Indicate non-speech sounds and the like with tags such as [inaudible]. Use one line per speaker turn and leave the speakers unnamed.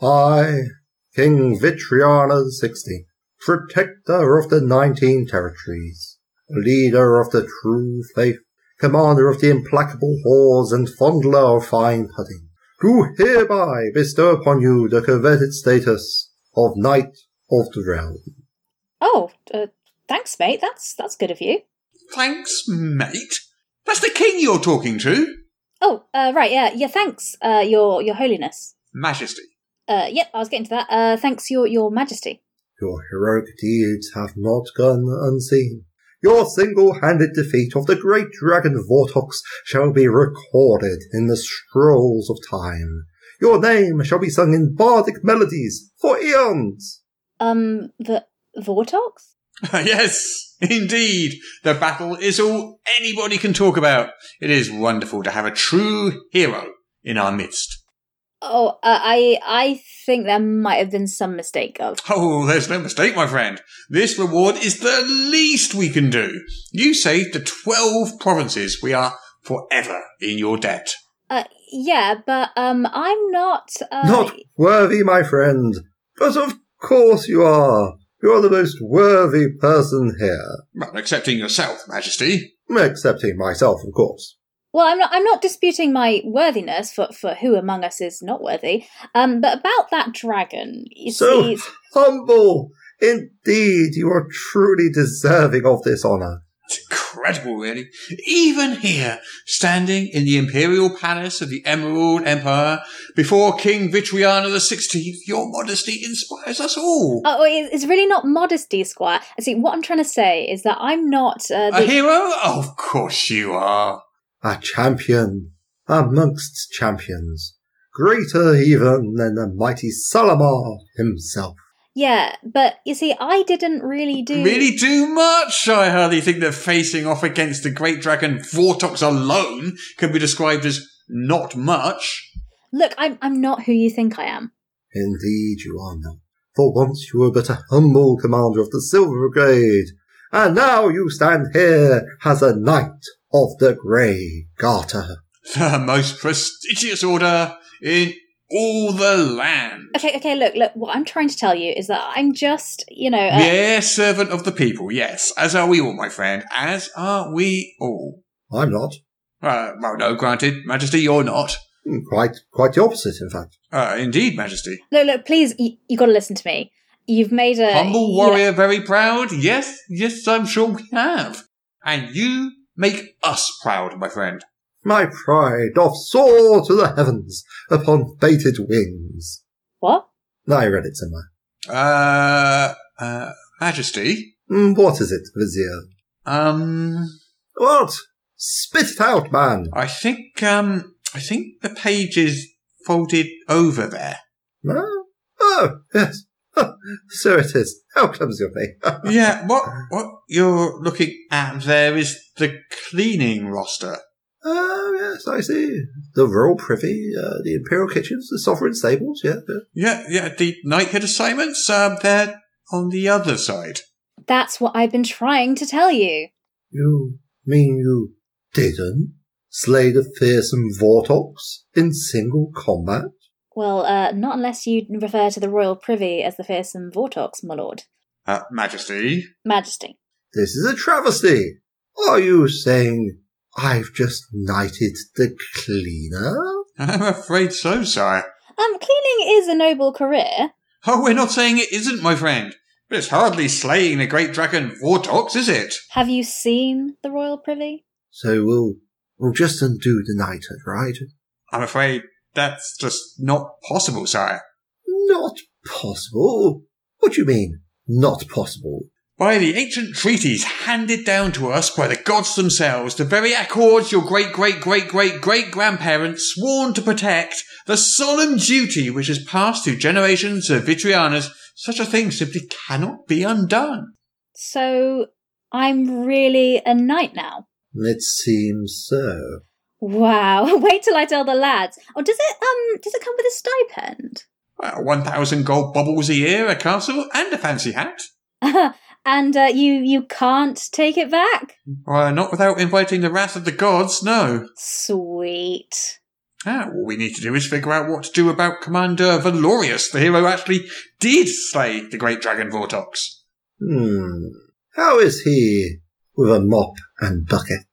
I, King Vitriana the Sixteenth, protector of the nineteen territories, leader of the true faith, commander of the implacable whores and fondler of fine pudding, do hereby bestow upon you the coveted status of Knight of the Realm.
Oh, uh, thanks, mate. That's that's good of you.
Thanks, mate. That's the king you're talking to.
Oh, uh, right, yeah, yeah. Thanks, uh, your your holiness.
Majesty. [laughs]
Uh, yep, I was getting to that. Uh, thanks, your your majesty.
Your heroic deeds have not gone unseen. Your single-handed defeat of the great dragon Vortox shall be recorded in the scrolls of time. Your name shall be sung in bardic melodies for eons.
Um, the Vortox.
yes, indeed. The battle is all anybody can talk about. It is wonderful to have a true hero in our midst.
Oh, uh, I I think there might have been some mistake of.
Oh, there's no mistake, my friend. This reward is the least we can do. You saved the 12 provinces. We are forever in your debt.
Uh, yeah, but um, I'm not. Uh,
Not worthy, my friend. But of course you are. You are the most worthy person here.
Well, excepting yourself, Majesty.
Excepting myself, of course.
Well, I'm not. I'm not disputing my worthiness for for who among us is not worthy. Um, but about that dragon, you see,
So
it's-
humble! Indeed, you are truly deserving of this honour.
It's incredible, really. Even here, standing in the imperial palace of the Emerald Empire, before King Vitriana the Sixteenth, your modesty inspires us all.
Oh, it- it's really not modesty, Squire. I see. What I'm trying to say is that I'm not. Uh,
a
the,
hero? Of course you are.
A champion amongst champions. Greater even than the mighty Salamar himself.
yeah, but you see, I didn't really do.
Really too much. I hardly think that facing off against the great dragon Vortox alone can be described as not much. [laughs]
Look, I'm. I'm not who you think I am.
Indeed, you are not. For once you were but a humble commander of the Silver Brigade, and now you stand here as a knight of the Grey Garter.
The most prestigious order in all the land.
Okay, okay. Look, look. What I'm trying to tell you is that I'm just. You know. Uh,
yeah, servant of the people, yes. As are we all, my friend. As are we all.
I'm not.
Uh, well, no, granted, Majesty, you're not.
Hmm, Quite, quite the opposite, in fact.
Uh, indeed, Majesty.
Look, look. Please, you, you got to listen to me. You've made a
Humble
you know-
warrior, very proud. Yes, yes, I'm sure we have. And you make us proud, my friend.
My pride doth soar to the heavens upon fated wings.
What?
I read it somewhere.
Uh, uh, Majesty,
Mm, What is it, Vizier?
um,
What? Spit it out, man!
I think, um, I think the page is folded over there.
No? Oh, yes. [laughs] so it is. How clumsy of me. [laughs]
yeah, what, what you're looking at there is the cleaning roster.
Oh, yes, I see. The royal privy, uh, the imperial kitchens, the sovereign stables, yeah. yeah.
Yeah, yeah, the knighthood assignments, um, they're on the other side.
That's what I've been trying to tell you.
You mean you didn't slay the fearsome Vortox in single combat?
Well, uh, not unless you refer to the royal privy as the fearsome Vortox, my lord,
Uh, Majesty.
Majesty.
This is a travesty. Are you saying I've just knighted the cleaner?
[laughs] I'm afraid so, sire.
Um, cleaning is a noble career.
Oh, we're not saying it isn't, my friend. But it's hardly slaying the great dragon Vortox, is it?
Have you seen the royal privy?
So we'll, we'll just undo the knighthood, right?
I'm afraid that's just not possible, sire.
Not possible. What do you mean, not possible?
By the ancient treaties handed down to us by the gods themselves, the very accords your great great great great great grandparents sworn to protect, the solemn duty which has passed through generations of Vitrianas, such a thing simply cannot be undone.
So I'm really a knight now.
It seems so.
Wow! [laughs] Wait till I tell the lads. Oh, does it um does it come with a stipend? [laughs]
Well, 1,000 gold bubbles a year, a castle, and a fancy hat.
and uh, you you can't take it back.
Well, not without inviting the wrath of the gods, no.
Sweet.
Ah, all we need to do is figure out what to do about Commander Valorius, the hero who actually did slay the great dragon Vortox.
Hmm. How is he with a mop and bucket?